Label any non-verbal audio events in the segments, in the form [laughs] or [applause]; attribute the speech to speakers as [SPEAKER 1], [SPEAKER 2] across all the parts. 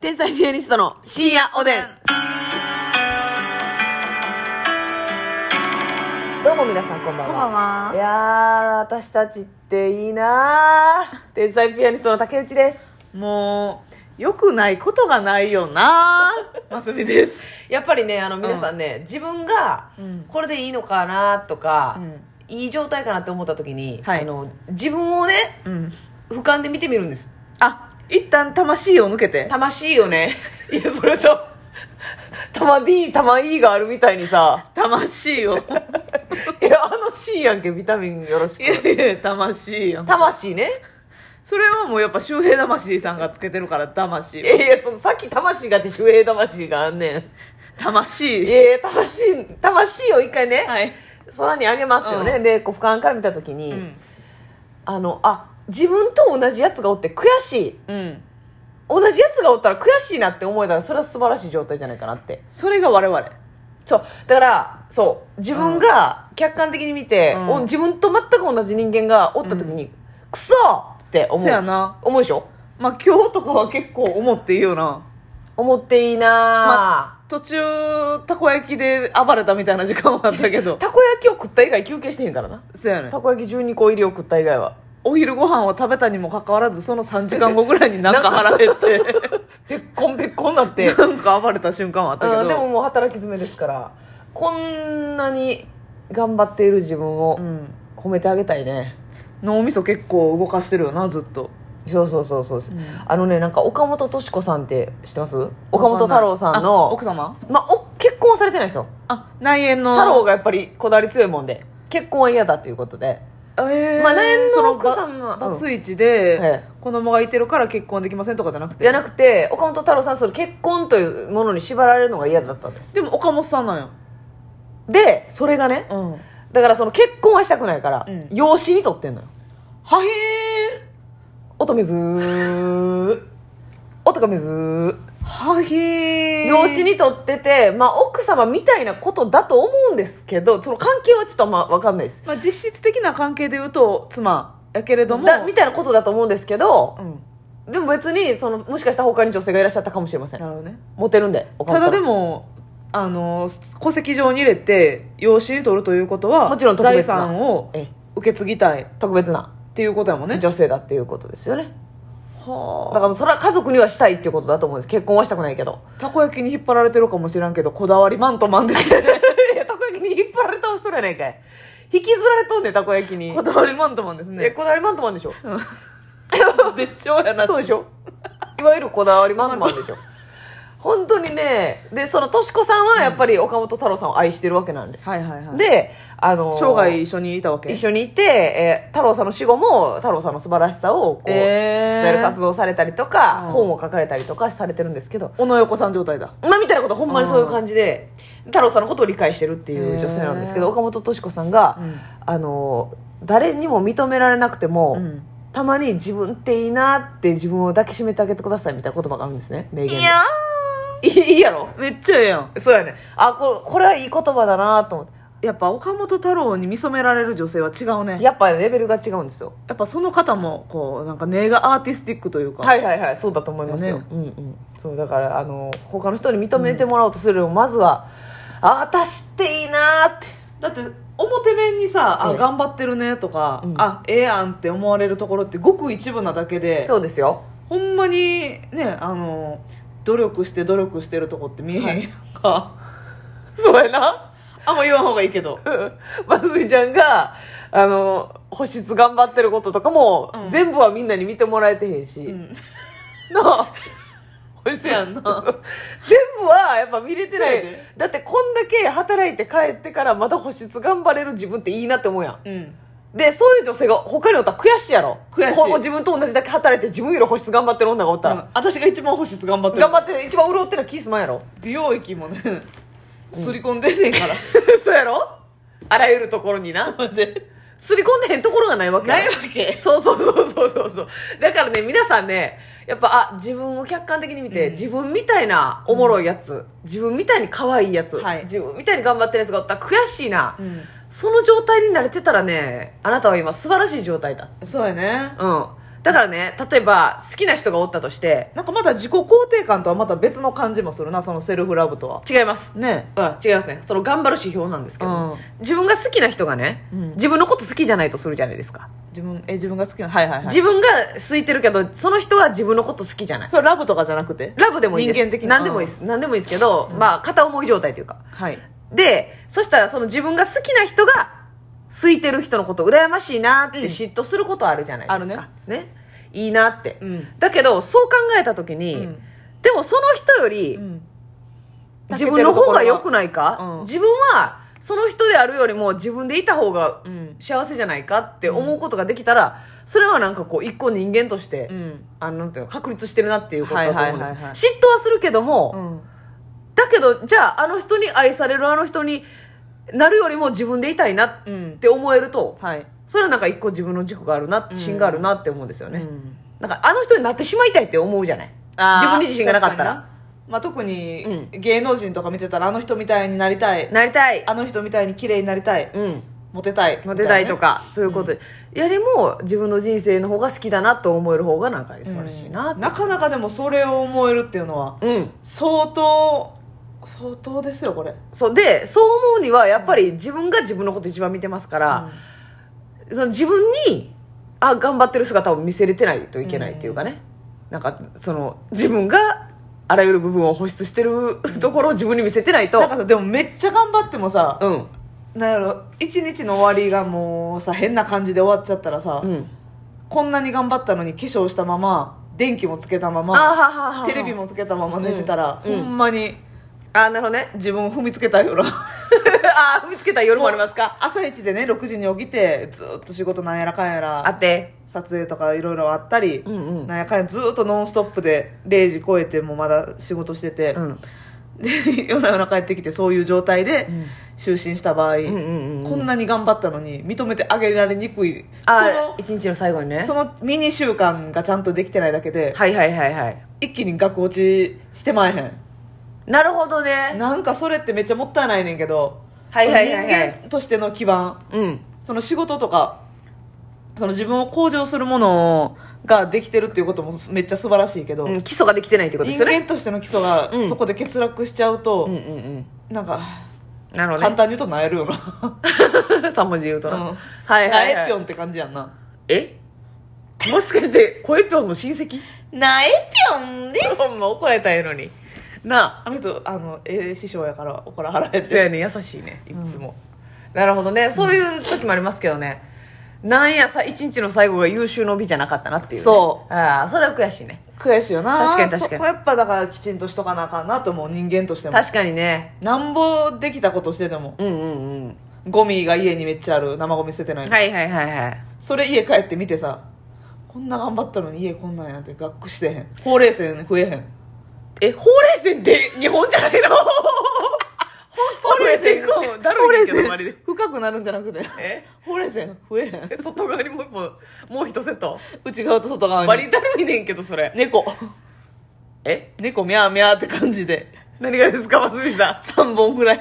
[SPEAKER 1] 天才ピアニストの深夜おでん。どうも皆さんこんばん
[SPEAKER 2] こ
[SPEAKER 1] は。。
[SPEAKER 2] んばんはい
[SPEAKER 1] やー、私たちっていいなー。天才ピアニストの竹内です。
[SPEAKER 2] もう、良くないことがないよ [laughs] なマスミです。
[SPEAKER 1] やっぱりね、あの皆さんね、自分が
[SPEAKER 2] うん
[SPEAKER 1] これでいいのかなとか、
[SPEAKER 2] うん
[SPEAKER 1] いい状態かなって思った時に、
[SPEAKER 2] はい
[SPEAKER 1] あの自分をね、
[SPEAKER 2] うん。
[SPEAKER 1] 俯瞰で見てみるんです。
[SPEAKER 2] あ、一旦魂を抜けて。
[SPEAKER 1] 魂よね。 [laughs] いや、それと、玉 D、玉 E があるみたいにさ、
[SPEAKER 2] 魂 [laughs] を。
[SPEAKER 1] [laughs] いや、あの C やんけ、ビタミンよろし
[SPEAKER 2] い
[SPEAKER 1] く。
[SPEAKER 2] やいや、魂やん。
[SPEAKER 1] 魂ね。
[SPEAKER 2] それはもうやっぱ周平魂さんがつけてるから、
[SPEAKER 1] い
[SPEAKER 2] 魂。
[SPEAKER 1] やいや、そのさっき魂があって、守衛魂があんねん。い
[SPEAKER 2] 魂。
[SPEAKER 1] やいや、魂、魂を一回ね、
[SPEAKER 2] はい。
[SPEAKER 1] 空にあげますよね。
[SPEAKER 2] うん
[SPEAKER 1] で、こう、俯瞰から見たときに、
[SPEAKER 2] うん。
[SPEAKER 1] あの、あ、自分と同じやつがおって悔しい。
[SPEAKER 2] うん。
[SPEAKER 1] 同じやつがおったら悔しいなって思えたら、それは素晴らしい状態じゃないかなって。
[SPEAKER 2] それが我々。
[SPEAKER 1] そう。だから、そう。自分が客観的に見て、
[SPEAKER 2] うん
[SPEAKER 1] お自分と全く同じ人間がおった時に、クソって思う。
[SPEAKER 2] せやな
[SPEAKER 1] 思うでしょ
[SPEAKER 2] まあ今日とかは結構思っていいよな。
[SPEAKER 1] 思っていいな
[SPEAKER 2] ま途中、たこ焼きで暴れたみたいな時間もあったけど
[SPEAKER 1] ぁ。たこ焼きを食った以外休憩してへんからな。
[SPEAKER 2] せやねん
[SPEAKER 1] たこ焼き12個入りを食った以外は。
[SPEAKER 2] お昼ご飯を食べたにもかかわらず、その3時間後ぐらいになんか腹
[SPEAKER 1] [laughs]
[SPEAKER 2] 減って。
[SPEAKER 1] べっこんべっこんな
[SPEAKER 2] [laughs]
[SPEAKER 1] って。
[SPEAKER 2] なんか暴れた瞬間はあったけど、
[SPEAKER 1] うんでももう働き詰めですから、こんなに頑張っている自分を
[SPEAKER 2] うん
[SPEAKER 1] 褒めてあげたいね。
[SPEAKER 2] 脳みそ結構動かしてるよなずっと
[SPEAKER 1] そうそうそうそう。
[SPEAKER 2] ん
[SPEAKER 1] あのね、なんか岡本敏子さんって知ってます岡本太郎さん
[SPEAKER 2] あ
[SPEAKER 1] の
[SPEAKER 2] 奥、様
[SPEAKER 1] まあ、お結婚はされてないですよ。
[SPEAKER 2] あ内縁の
[SPEAKER 1] 太郎がやっぱりこだわり強いもんで結婚は嫌だということで
[SPEAKER 2] えー
[SPEAKER 1] まあ内縁の
[SPEAKER 2] そ
[SPEAKER 1] 奥様
[SPEAKER 2] ば
[SPEAKER 1] うん
[SPEAKER 2] バツイチで、
[SPEAKER 1] え
[SPEAKER 2] 子供がいてるから結婚できませんとかじゃなくて
[SPEAKER 1] じゃなくて岡本太郎さんその結婚というものに縛られるのが嫌だったんです
[SPEAKER 2] でも岡本さんなんよ
[SPEAKER 1] でそれがね
[SPEAKER 2] うんは
[SPEAKER 1] だからその結婚はしたくないから、
[SPEAKER 2] うん
[SPEAKER 1] 養子に取ってんのよ
[SPEAKER 2] へ
[SPEAKER 1] 乙女ずー乙女ずー
[SPEAKER 2] ーはへー
[SPEAKER 1] 養子に取ってて、まあ、奥様みたいなことだと思うんですけどその関係はちょっとあんま分かんないです
[SPEAKER 2] まあ、実質的な関係で言うと妻やけれども
[SPEAKER 1] だみたいなことだと思うんですけど
[SPEAKER 2] うん、
[SPEAKER 1] でも別にそのもしかしたら他に女性がいらっしゃったかもしれませ
[SPEAKER 2] なんるほどね
[SPEAKER 1] モテるんで岡
[SPEAKER 2] た
[SPEAKER 1] 本太郎
[SPEAKER 2] だ
[SPEAKER 1] さん
[SPEAKER 2] でもあの戸籍上に入れて養子に取るということは
[SPEAKER 1] もちろん特
[SPEAKER 2] 財
[SPEAKER 1] 別な
[SPEAKER 2] 産を
[SPEAKER 1] ええ
[SPEAKER 2] 受け継ぎたいっ
[SPEAKER 1] 特別な
[SPEAKER 2] ていうことやもんね
[SPEAKER 1] 女性だっていうことですよねだ
[SPEAKER 2] は
[SPEAKER 1] からそれは家族にはしたいっていうことだと思うんです結婚はしたくないけど
[SPEAKER 2] あたこ焼きに引っ張られてるかもしらんけどこだわりマントマンですね
[SPEAKER 1] [laughs] いやたこ焼きに引っ張られたお人やないかい引きずられとんねんたこ焼きに
[SPEAKER 2] こだわりマントマンです
[SPEAKER 1] いや
[SPEAKER 2] ね
[SPEAKER 1] こだわりマントマンでしょ
[SPEAKER 2] でしょうやな
[SPEAKER 1] そうでしょいわゆるこだわりマントマンで
[SPEAKER 2] [laughs]
[SPEAKER 1] しょ本当にねでそのとしこさんはやっぱり岡本太郎さんを愛してるわけなんです、
[SPEAKER 2] はいはいはい
[SPEAKER 1] であのー
[SPEAKER 2] 生涯一緒にいたわけ
[SPEAKER 1] 一緒にいて、えー太郎さんの死後も太郎さんの素晴らしさをこう、
[SPEAKER 2] えー
[SPEAKER 1] 伝える活動をされたりとか、
[SPEAKER 2] うん
[SPEAKER 1] 本を書かれたりとかされてるんですけど
[SPEAKER 2] 小野横さん状態だ
[SPEAKER 1] まあ、みたいなことほんまにそういう感じで、太郎さんのことを理解してるっていう女性なんですけど
[SPEAKER 2] へー
[SPEAKER 1] 岡本敏子さんが、
[SPEAKER 2] うん
[SPEAKER 1] あの誰にも認められなくても、たまに自分っていいなって自分を抱きしめてあげてくださいみたいな言葉があるんですね名言
[SPEAKER 2] い
[SPEAKER 1] で
[SPEAKER 2] や
[SPEAKER 1] いい [laughs] いいやろ
[SPEAKER 2] ーめっちゃええやん
[SPEAKER 1] そうやねあここれはいい言葉だなと思って
[SPEAKER 2] やっぱ岡本太郎に見初められる女性は違うねや
[SPEAKER 1] やっぱレベルが違うんですよ
[SPEAKER 2] っぱその方もこうなんか根がアーティスティックというか
[SPEAKER 1] はいはいはいそうだと思いますよ、
[SPEAKER 2] ね
[SPEAKER 1] うんうんそうだからあの他の人に認めてもらおうとするよりも、まずはあ私っていいなって
[SPEAKER 2] だって表面にさ「
[SPEAKER 1] え
[SPEAKER 2] あ
[SPEAKER 1] え
[SPEAKER 2] 頑張ってるね」とか「
[SPEAKER 1] うん
[SPEAKER 2] あええやん」って思われるところってごく一部なだけで
[SPEAKER 1] そうですよ
[SPEAKER 2] ほんまにねあの努力して努力してるとこって見えへんやんか、
[SPEAKER 1] そうやな
[SPEAKER 2] [laughs] あんま言わん方がいいけど
[SPEAKER 1] まつみちゃんが、あの、保湿頑張ってることとかも、
[SPEAKER 2] うん
[SPEAKER 1] 全部はみんなに見てもらえてへんし、
[SPEAKER 2] うん
[SPEAKER 1] な
[SPEAKER 2] [laughs]
[SPEAKER 1] あ保湿
[SPEAKER 2] せやんな
[SPEAKER 1] そう全部はやっぱ見れてない
[SPEAKER 2] そうやで。
[SPEAKER 1] だってこんだけ働いて帰ってからまた保湿頑張れる自分っていいなって思うや
[SPEAKER 2] うん
[SPEAKER 1] ん。で、そういう女性が他におったら悔しいやろ。
[SPEAKER 2] 悔しい
[SPEAKER 1] こう自分と同じだけ働いて自分より保湿頑張ってる女がおったら。
[SPEAKER 2] うん私が一番保湿頑張ってる
[SPEAKER 1] 頑張って一番潤ってるのはキースマンやろ。 [laughs]
[SPEAKER 2] 美容液もねすり込んでんねんから、
[SPEAKER 1] そうやろあらゆるところにな。
[SPEAKER 2] 待って
[SPEAKER 1] すり込んでへんところがないわけや
[SPEAKER 2] [laughs] な
[SPEAKER 1] ろ
[SPEAKER 2] いわけ
[SPEAKER 1] [laughs] そうそうそうそうそうそう。だからね、皆さんね、やっぱ、あ、自分を客観的に見て、
[SPEAKER 2] うん
[SPEAKER 1] 自分みたいなおもろいやつ、自分みたいに可愛いやつ、
[SPEAKER 2] はい
[SPEAKER 1] 自分みたいに頑張ってるやつがおったら悔しいな、
[SPEAKER 2] うん
[SPEAKER 1] その状態に慣れてたらね、あなたは今素晴らしい状態だ。
[SPEAKER 2] そうやね
[SPEAKER 1] うん。だからね例えば好きな人がおったとして
[SPEAKER 2] なんかまだ自己肯定感とはまた別の感じもするなそのセルフラブとは
[SPEAKER 1] 違います
[SPEAKER 2] ね
[SPEAKER 1] うん、違いますねその頑張る指標なんですけど、
[SPEAKER 2] うん
[SPEAKER 1] 自分が好きな人がね、
[SPEAKER 2] うん
[SPEAKER 1] 自分のこと好きじゃないとするじゃないですか、
[SPEAKER 2] 自分え自分が好きなはいはいはい
[SPEAKER 1] 自分が空いてるけどその人は自分のこと好きじゃない
[SPEAKER 2] それラブとかじゃなくて
[SPEAKER 1] ラブでもいいです
[SPEAKER 2] 人間的な
[SPEAKER 1] 何でもいいです、何でもいいですけど、まあ片思い状態というか
[SPEAKER 2] はい
[SPEAKER 1] でそしたらその自分が好きな人が空いてる人のこと羨ましいなって
[SPEAKER 2] うん
[SPEAKER 1] 嫉妬することあるじゃないですか、
[SPEAKER 2] あ
[SPEAKER 1] ねいいなって、
[SPEAKER 2] うん
[SPEAKER 1] だけどそう考えた時に、
[SPEAKER 2] うん
[SPEAKER 1] でもその人より、
[SPEAKER 2] うん
[SPEAKER 1] 自分の方が良くないか、
[SPEAKER 2] うん
[SPEAKER 1] 自分はその人であるよりも自分でいた方が
[SPEAKER 2] うん
[SPEAKER 1] 幸せじゃないかって思うことができたら、それはなんかこう一個人間として、
[SPEAKER 2] うん
[SPEAKER 1] あのなんていうの確立してるなっていうことだと思うんです、
[SPEAKER 2] はいはいはいはい
[SPEAKER 1] 嫉妬はするけども、
[SPEAKER 2] うん
[SPEAKER 1] だけどじゃああの人に愛されるあの人になるよりも自分でいたいなっ
[SPEAKER 2] うん
[SPEAKER 1] て思えると
[SPEAKER 2] はい
[SPEAKER 1] それはなんか一個自分の軸があるな
[SPEAKER 2] うん
[SPEAKER 1] 芯があるなって思うんですよ
[SPEAKER 2] う
[SPEAKER 1] ね、
[SPEAKER 2] ん
[SPEAKER 1] なんかあの人になってしまいたいって思うじゃない
[SPEAKER 2] あー
[SPEAKER 1] 自分に自信がなかったら
[SPEAKER 2] 確になまあ、特に
[SPEAKER 1] う
[SPEAKER 2] 芸能人とか見てたらあの人みたいになりたい
[SPEAKER 1] なりたい
[SPEAKER 2] あの人みたいに綺麗になりたい
[SPEAKER 1] うん
[SPEAKER 2] モテたい
[SPEAKER 1] モテたいと
[SPEAKER 2] か
[SPEAKER 1] か、そういうことで、よりも自分の人生の方が好きだなと思える方がなんか素晴らしいなっ
[SPEAKER 2] うん
[SPEAKER 1] て
[SPEAKER 2] なかなかでもそれを思えるっていうのは
[SPEAKER 1] うん、
[SPEAKER 2] 相当相当ですよこれ
[SPEAKER 1] そうでそう思うにはやっぱり自分が自分のこと一番見てますから、その自分にあ頑張ってる姿を見せれてないといけないっていうかね、なんかその自分があらゆる部分を保出してるところを自分に見せてない
[SPEAKER 2] うんなん
[SPEAKER 1] と
[SPEAKER 2] かさでもめっちゃ頑張ってもさ、
[SPEAKER 1] うん
[SPEAKER 2] なんやろ一日の終わりがもうさ変な感じで終わっちゃったらさ、
[SPEAKER 1] うん
[SPEAKER 2] こんなに頑張ったのに化粧したまま電気もつけたま
[SPEAKER 1] あは
[SPEAKER 2] ま
[SPEAKER 1] ははは
[SPEAKER 2] テレビもつけたまま寝てたら、
[SPEAKER 1] うんうん
[SPEAKER 2] ほんまに
[SPEAKER 1] あなるほどね [laughs]
[SPEAKER 2] 自分を踏みつけたような [laughs]
[SPEAKER 1] あー見つけた夜もありますか
[SPEAKER 2] 朝一でね6時に起きてずっと仕事なんやらかんや
[SPEAKER 1] あ
[SPEAKER 2] ら
[SPEAKER 1] って
[SPEAKER 2] 撮影とかいろいろあったり、
[SPEAKER 1] うんうん
[SPEAKER 2] なんやかんやずっとノンストップで0時超えてもまだ仕事してて、
[SPEAKER 1] うん
[SPEAKER 2] で [laughs] 夜な夜な帰ってきてそういう状態で
[SPEAKER 1] ん
[SPEAKER 2] 就寝した場合、
[SPEAKER 1] うんうんうん
[SPEAKER 2] こんなに頑張ったのに認めてあげられにくい
[SPEAKER 1] あ一日の最後にね
[SPEAKER 2] そのそのミニ習慣がちゃんとできてないだけで
[SPEAKER 1] はいはいはいはい
[SPEAKER 2] 一気に額落ちしてまえへ
[SPEAKER 1] なるほど
[SPEAKER 2] ん
[SPEAKER 1] ね
[SPEAKER 2] なんかそれってめっちゃもったいないねんけど、
[SPEAKER 1] はいはいはいはい
[SPEAKER 2] その人間としての基盤
[SPEAKER 1] うん
[SPEAKER 2] その仕事とかその自分を向上するものができてるっていうこともめっちゃ素晴らしいけど、
[SPEAKER 1] うん基礎ができてないってことです
[SPEAKER 2] 人
[SPEAKER 1] よね
[SPEAKER 2] 間としての基礎が
[SPEAKER 1] うん
[SPEAKER 2] そこで欠落しちゃうと、
[SPEAKER 1] うんうん
[SPEAKER 2] なんか
[SPEAKER 1] うんなるほど
[SPEAKER 2] 簡
[SPEAKER 1] ね
[SPEAKER 2] 単に言うとなえるよな
[SPEAKER 1] [laughs] 3文字言うとな、
[SPEAKER 2] うん
[SPEAKER 1] はい
[SPEAKER 2] な
[SPEAKER 1] はい、
[SPEAKER 2] え
[SPEAKER 1] は
[SPEAKER 2] ぴょん
[SPEAKER 1] い、
[SPEAKER 2] って感じやんな
[SPEAKER 1] えもしかして声ぴょんの親戚
[SPEAKER 2] なえぴょんで
[SPEAKER 1] [laughs] ほんま怒られたいのにな
[SPEAKER 2] あの人あのええ師匠やから怒らはられ
[SPEAKER 1] あそう
[SPEAKER 2] て
[SPEAKER 1] やね優しいねいつも、なるほどねそういう時もありますけどね、なんやさ一日の最後が優秀の美じゃなかったなっていう、ね、
[SPEAKER 2] そう
[SPEAKER 1] ああそれは悔しいね
[SPEAKER 2] 悔しいよな
[SPEAKER 1] 確かに確かに
[SPEAKER 2] そこやっぱだからきちんとしとかなあかんなと思う人間としても
[SPEAKER 1] 確かにね
[SPEAKER 2] なんぼできたことしてても
[SPEAKER 1] うんうんうん
[SPEAKER 2] ゴミが家にめっちゃある生ゴミ捨ててない、
[SPEAKER 1] はいはいはいはい
[SPEAKER 2] それ家帰って見てさこんな頑張ったのに家こんなんやって学くしてへんほうれい線増えへん
[SPEAKER 1] え、ほうれい線って日本じゃ [laughs] ないのほうれい線かも。だ
[SPEAKER 2] ほ
[SPEAKER 1] る
[SPEAKER 2] うれ
[SPEAKER 1] い
[SPEAKER 2] い
[SPEAKER 1] けど、
[SPEAKER 2] 線
[SPEAKER 1] まりで。
[SPEAKER 2] 深くなるんじゃなくて
[SPEAKER 1] え
[SPEAKER 2] ほうれい線増えへん
[SPEAKER 1] え外側にもう一本、もう一セット。
[SPEAKER 2] 内側と外側
[SPEAKER 1] バ
[SPEAKER 2] に
[SPEAKER 1] リだるいねんけど、それ。
[SPEAKER 2] 猫
[SPEAKER 1] え
[SPEAKER 2] 猫ミャーミャーって感じで
[SPEAKER 1] 何がですか、松見さ
[SPEAKER 2] 3本ぐらい
[SPEAKER 1] ん。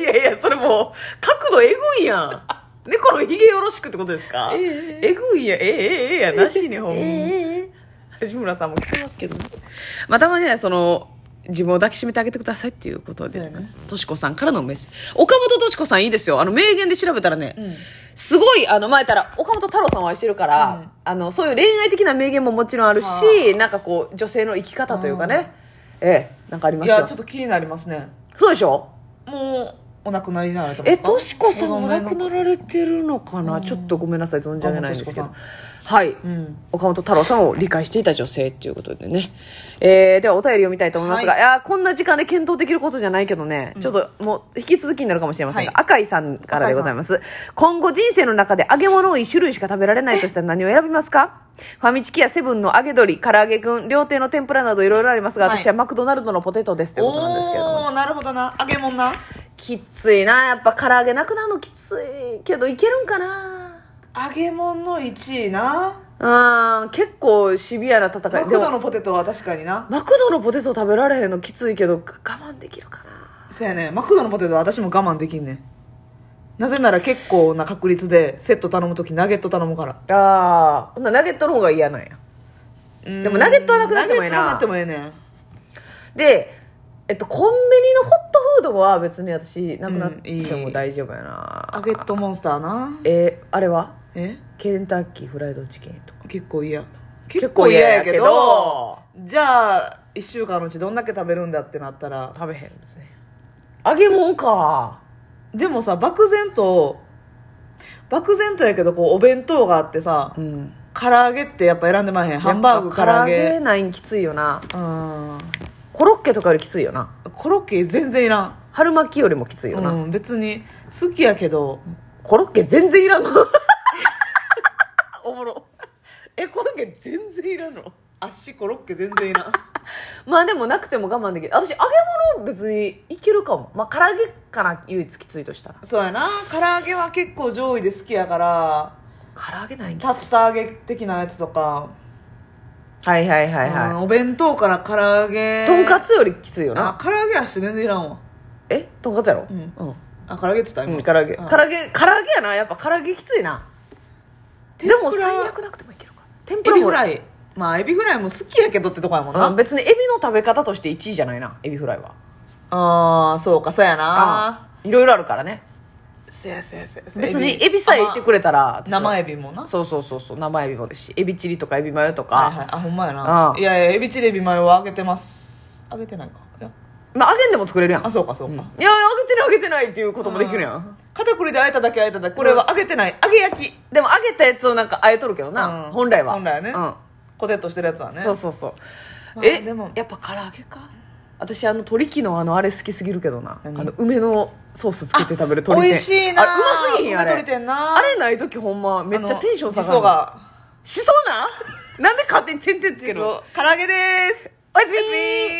[SPEAKER 1] いやいや、それもう、角度えぐいやん。猫のひげよろしくってことですか
[SPEAKER 2] ええ
[SPEAKER 1] えぐいやん、ええええええやなしね、ほんまに。
[SPEAKER 2] え
[SPEAKER 1] 橋村さんも来てますけど、まあ、たまにはその自分を抱きしめてあげてくださいっていうことで
[SPEAKER 2] そうやね
[SPEAKER 1] としこさんからのメッセージ岡本としこさんいいですよあの名言で調べたらね、
[SPEAKER 2] うん
[SPEAKER 1] すごいあの前から岡本太郎さんを愛してるから、
[SPEAKER 2] うん
[SPEAKER 1] あのそういう恋愛的な名言ももちろんあるしなんかこう女性の生き方というかね、ええなんかありま
[SPEAKER 2] い
[SPEAKER 1] すよ
[SPEAKER 2] やちょっと気になりますね
[SPEAKER 1] そうでしょ
[SPEAKER 2] もうお亡くなりになられたんで
[SPEAKER 1] え
[SPEAKER 2] すか
[SPEAKER 1] としこさんお亡くなられてるのかな、ちょっとごめんなさい存じ上げないんですけ
[SPEAKER 2] あ
[SPEAKER 1] ど
[SPEAKER 2] もう
[SPEAKER 1] はい、
[SPEAKER 2] うん
[SPEAKER 1] 岡本太郎さんを理解していた女性ということでね、えーではお便り読みたいと思いますが、
[SPEAKER 2] はい
[SPEAKER 1] い、やーこんな時間で検討できることじゃないけどね、ちょっともう引き続きになるかもしれませんが、
[SPEAKER 2] はい
[SPEAKER 1] 赤井さんからでございます今後人生の中で揚げ物を1種類しか食べられないとしたら何を選びますかファミチキやセブンの揚げ鶏唐揚げくん料亭の天ぷらなどいろいろありますが
[SPEAKER 2] はい
[SPEAKER 1] 私はマクドナルドのポテトですということなんですけれども、
[SPEAKER 2] おおーなるほどな揚げ物な
[SPEAKER 1] きついなやっぱ唐揚げなくなるのきついけどいけるんかな
[SPEAKER 2] 揚げ物の1位な
[SPEAKER 1] うん結構シビアな戦い
[SPEAKER 2] マク
[SPEAKER 1] でも
[SPEAKER 2] ドのポテトは確かにな
[SPEAKER 1] マクドのポテト食べられへんのきついけど我慢できるかな
[SPEAKER 2] そうやねマクドのポテトは私も我慢できんねんなぜなら結構な確率でセット頼む時ナゲット頼むから
[SPEAKER 1] ああほんならナゲットの方が嫌なんや
[SPEAKER 2] で
[SPEAKER 1] でもナゲットはなくなってもええな
[SPEAKER 2] ナゲットなくなってもええねん
[SPEAKER 1] で、えっと、コンビニのホットフードは別に私なくなっても大丈夫やな、
[SPEAKER 2] ナゲットモンスターな
[SPEAKER 1] えーあれは
[SPEAKER 2] え
[SPEAKER 1] ケンタッキーフライドチキンとか
[SPEAKER 2] 結構嫌
[SPEAKER 1] 結構嫌やけど
[SPEAKER 2] じゃあ1週間のうちどんだけ食べるんだってなったら
[SPEAKER 1] 食べへんですね揚げ物か
[SPEAKER 2] でもさ漠然と漠然とやけどこうお弁当があってさ
[SPEAKER 1] うん
[SPEAKER 2] 唐揚げってやっぱ選んでまへんハンバーグ唐
[SPEAKER 1] やっぱ
[SPEAKER 2] 揚
[SPEAKER 1] 唐揚げ
[SPEAKER 2] げ
[SPEAKER 1] ないんきついよな
[SPEAKER 2] うん
[SPEAKER 1] コロッケとかよりきついよな
[SPEAKER 2] コロッケ全然いらん
[SPEAKER 1] 春巻きよりもきついよな、
[SPEAKER 2] うん、別に好きやけど
[SPEAKER 1] コロッケ全然いらんの [laughs] おもろえコロッケ全然いらんの
[SPEAKER 2] 足コロッケ全然いらん
[SPEAKER 1] まあでもなくても我慢できる私揚げ物別にいけるかもまあ唐揚げかな唯一きついとしたら
[SPEAKER 2] そうやな唐揚げは結構上位で好きやから
[SPEAKER 1] 唐揚げないんきつい
[SPEAKER 2] 竜田揚げ的なやつとか、
[SPEAKER 1] はいはいはい
[SPEAKER 2] うん
[SPEAKER 1] は
[SPEAKER 2] お弁当から唐揚げ
[SPEAKER 1] いとんかつよりきついよな
[SPEAKER 2] あ唐揚げ足全然いらんわ
[SPEAKER 1] えとんかつやろ
[SPEAKER 2] う
[SPEAKER 1] うんん、
[SPEAKER 2] あ唐揚げって言った
[SPEAKER 1] うん、
[SPEAKER 2] 今
[SPEAKER 1] 唐揚げ
[SPEAKER 2] うん
[SPEAKER 1] 唐揚げ唐揚げやなやっぱ唐揚げきついなでも
[SPEAKER 2] 天ぷら
[SPEAKER 1] 最悪なくてもいけるか天ぷ
[SPEAKER 2] エ
[SPEAKER 1] ら
[SPEAKER 2] ビ
[SPEAKER 1] も
[SPEAKER 2] フライまあエビフライも好きやけどってとこやもんな、
[SPEAKER 1] うん、別にエビの食べ方として1位じゃないなエビフライは
[SPEAKER 2] ああそうかそうやな
[SPEAKER 1] うんいろいろあるからね
[SPEAKER 2] せやせやせやせや
[SPEAKER 1] 別にエビさえいてくれたら
[SPEAKER 2] あまあ生エ
[SPEAKER 1] ビ
[SPEAKER 2] ビもな
[SPEAKER 1] そうそうそうそう生エビもですしエビチリとかエビマヨとか、
[SPEAKER 2] はいはいあほんまやな
[SPEAKER 1] うん
[SPEAKER 2] いやいやエビチリエビマヨは揚げてます揚げてないかいや
[SPEAKER 1] まあ揚げんでも作れるやん
[SPEAKER 2] あそうかそうか、
[SPEAKER 1] いや揚げてる揚げてないっていうこともできるやん
[SPEAKER 2] 片栗であえただけあえただけこれは揚げてない揚げ焼き
[SPEAKER 1] でも揚げたやつをなんかあえとるけどな、
[SPEAKER 2] うん
[SPEAKER 1] 本来は
[SPEAKER 2] 本来はね
[SPEAKER 1] う
[SPEAKER 2] コテッとしてるやつは
[SPEAKER 1] ん
[SPEAKER 2] ね
[SPEAKER 1] そうそうそう、
[SPEAKER 2] まあ
[SPEAKER 1] え
[SPEAKER 2] でも
[SPEAKER 1] やっぱ唐揚げか私あの鳥貴のあのあれ好きすぎるけどなあ
[SPEAKER 2] 何
[SPEAKER 1] の梅のソースつけて食べる鳥天
[SPEAKER 2] 美味しいな
[SPEAKER 1] あれうますぎひんあ
[SPEAKER 2] 梅鶏
[SPEAKER 1] れ
[SPEAKER 2] 天な
[SPEAKER 1] あれない時ほんまめっちゃテンション下がる
[SPEAKER 2] が
[SPEAKER 1] [laughs] しそうなんなんで勝手に点々つけ
[SPEAKER 2] け
[SPEAKER 1] るの
[SPEAKER 2] ど唐揚げです
[SPEAKER 1] おやすみ
[SPEAKER 2] おやすみ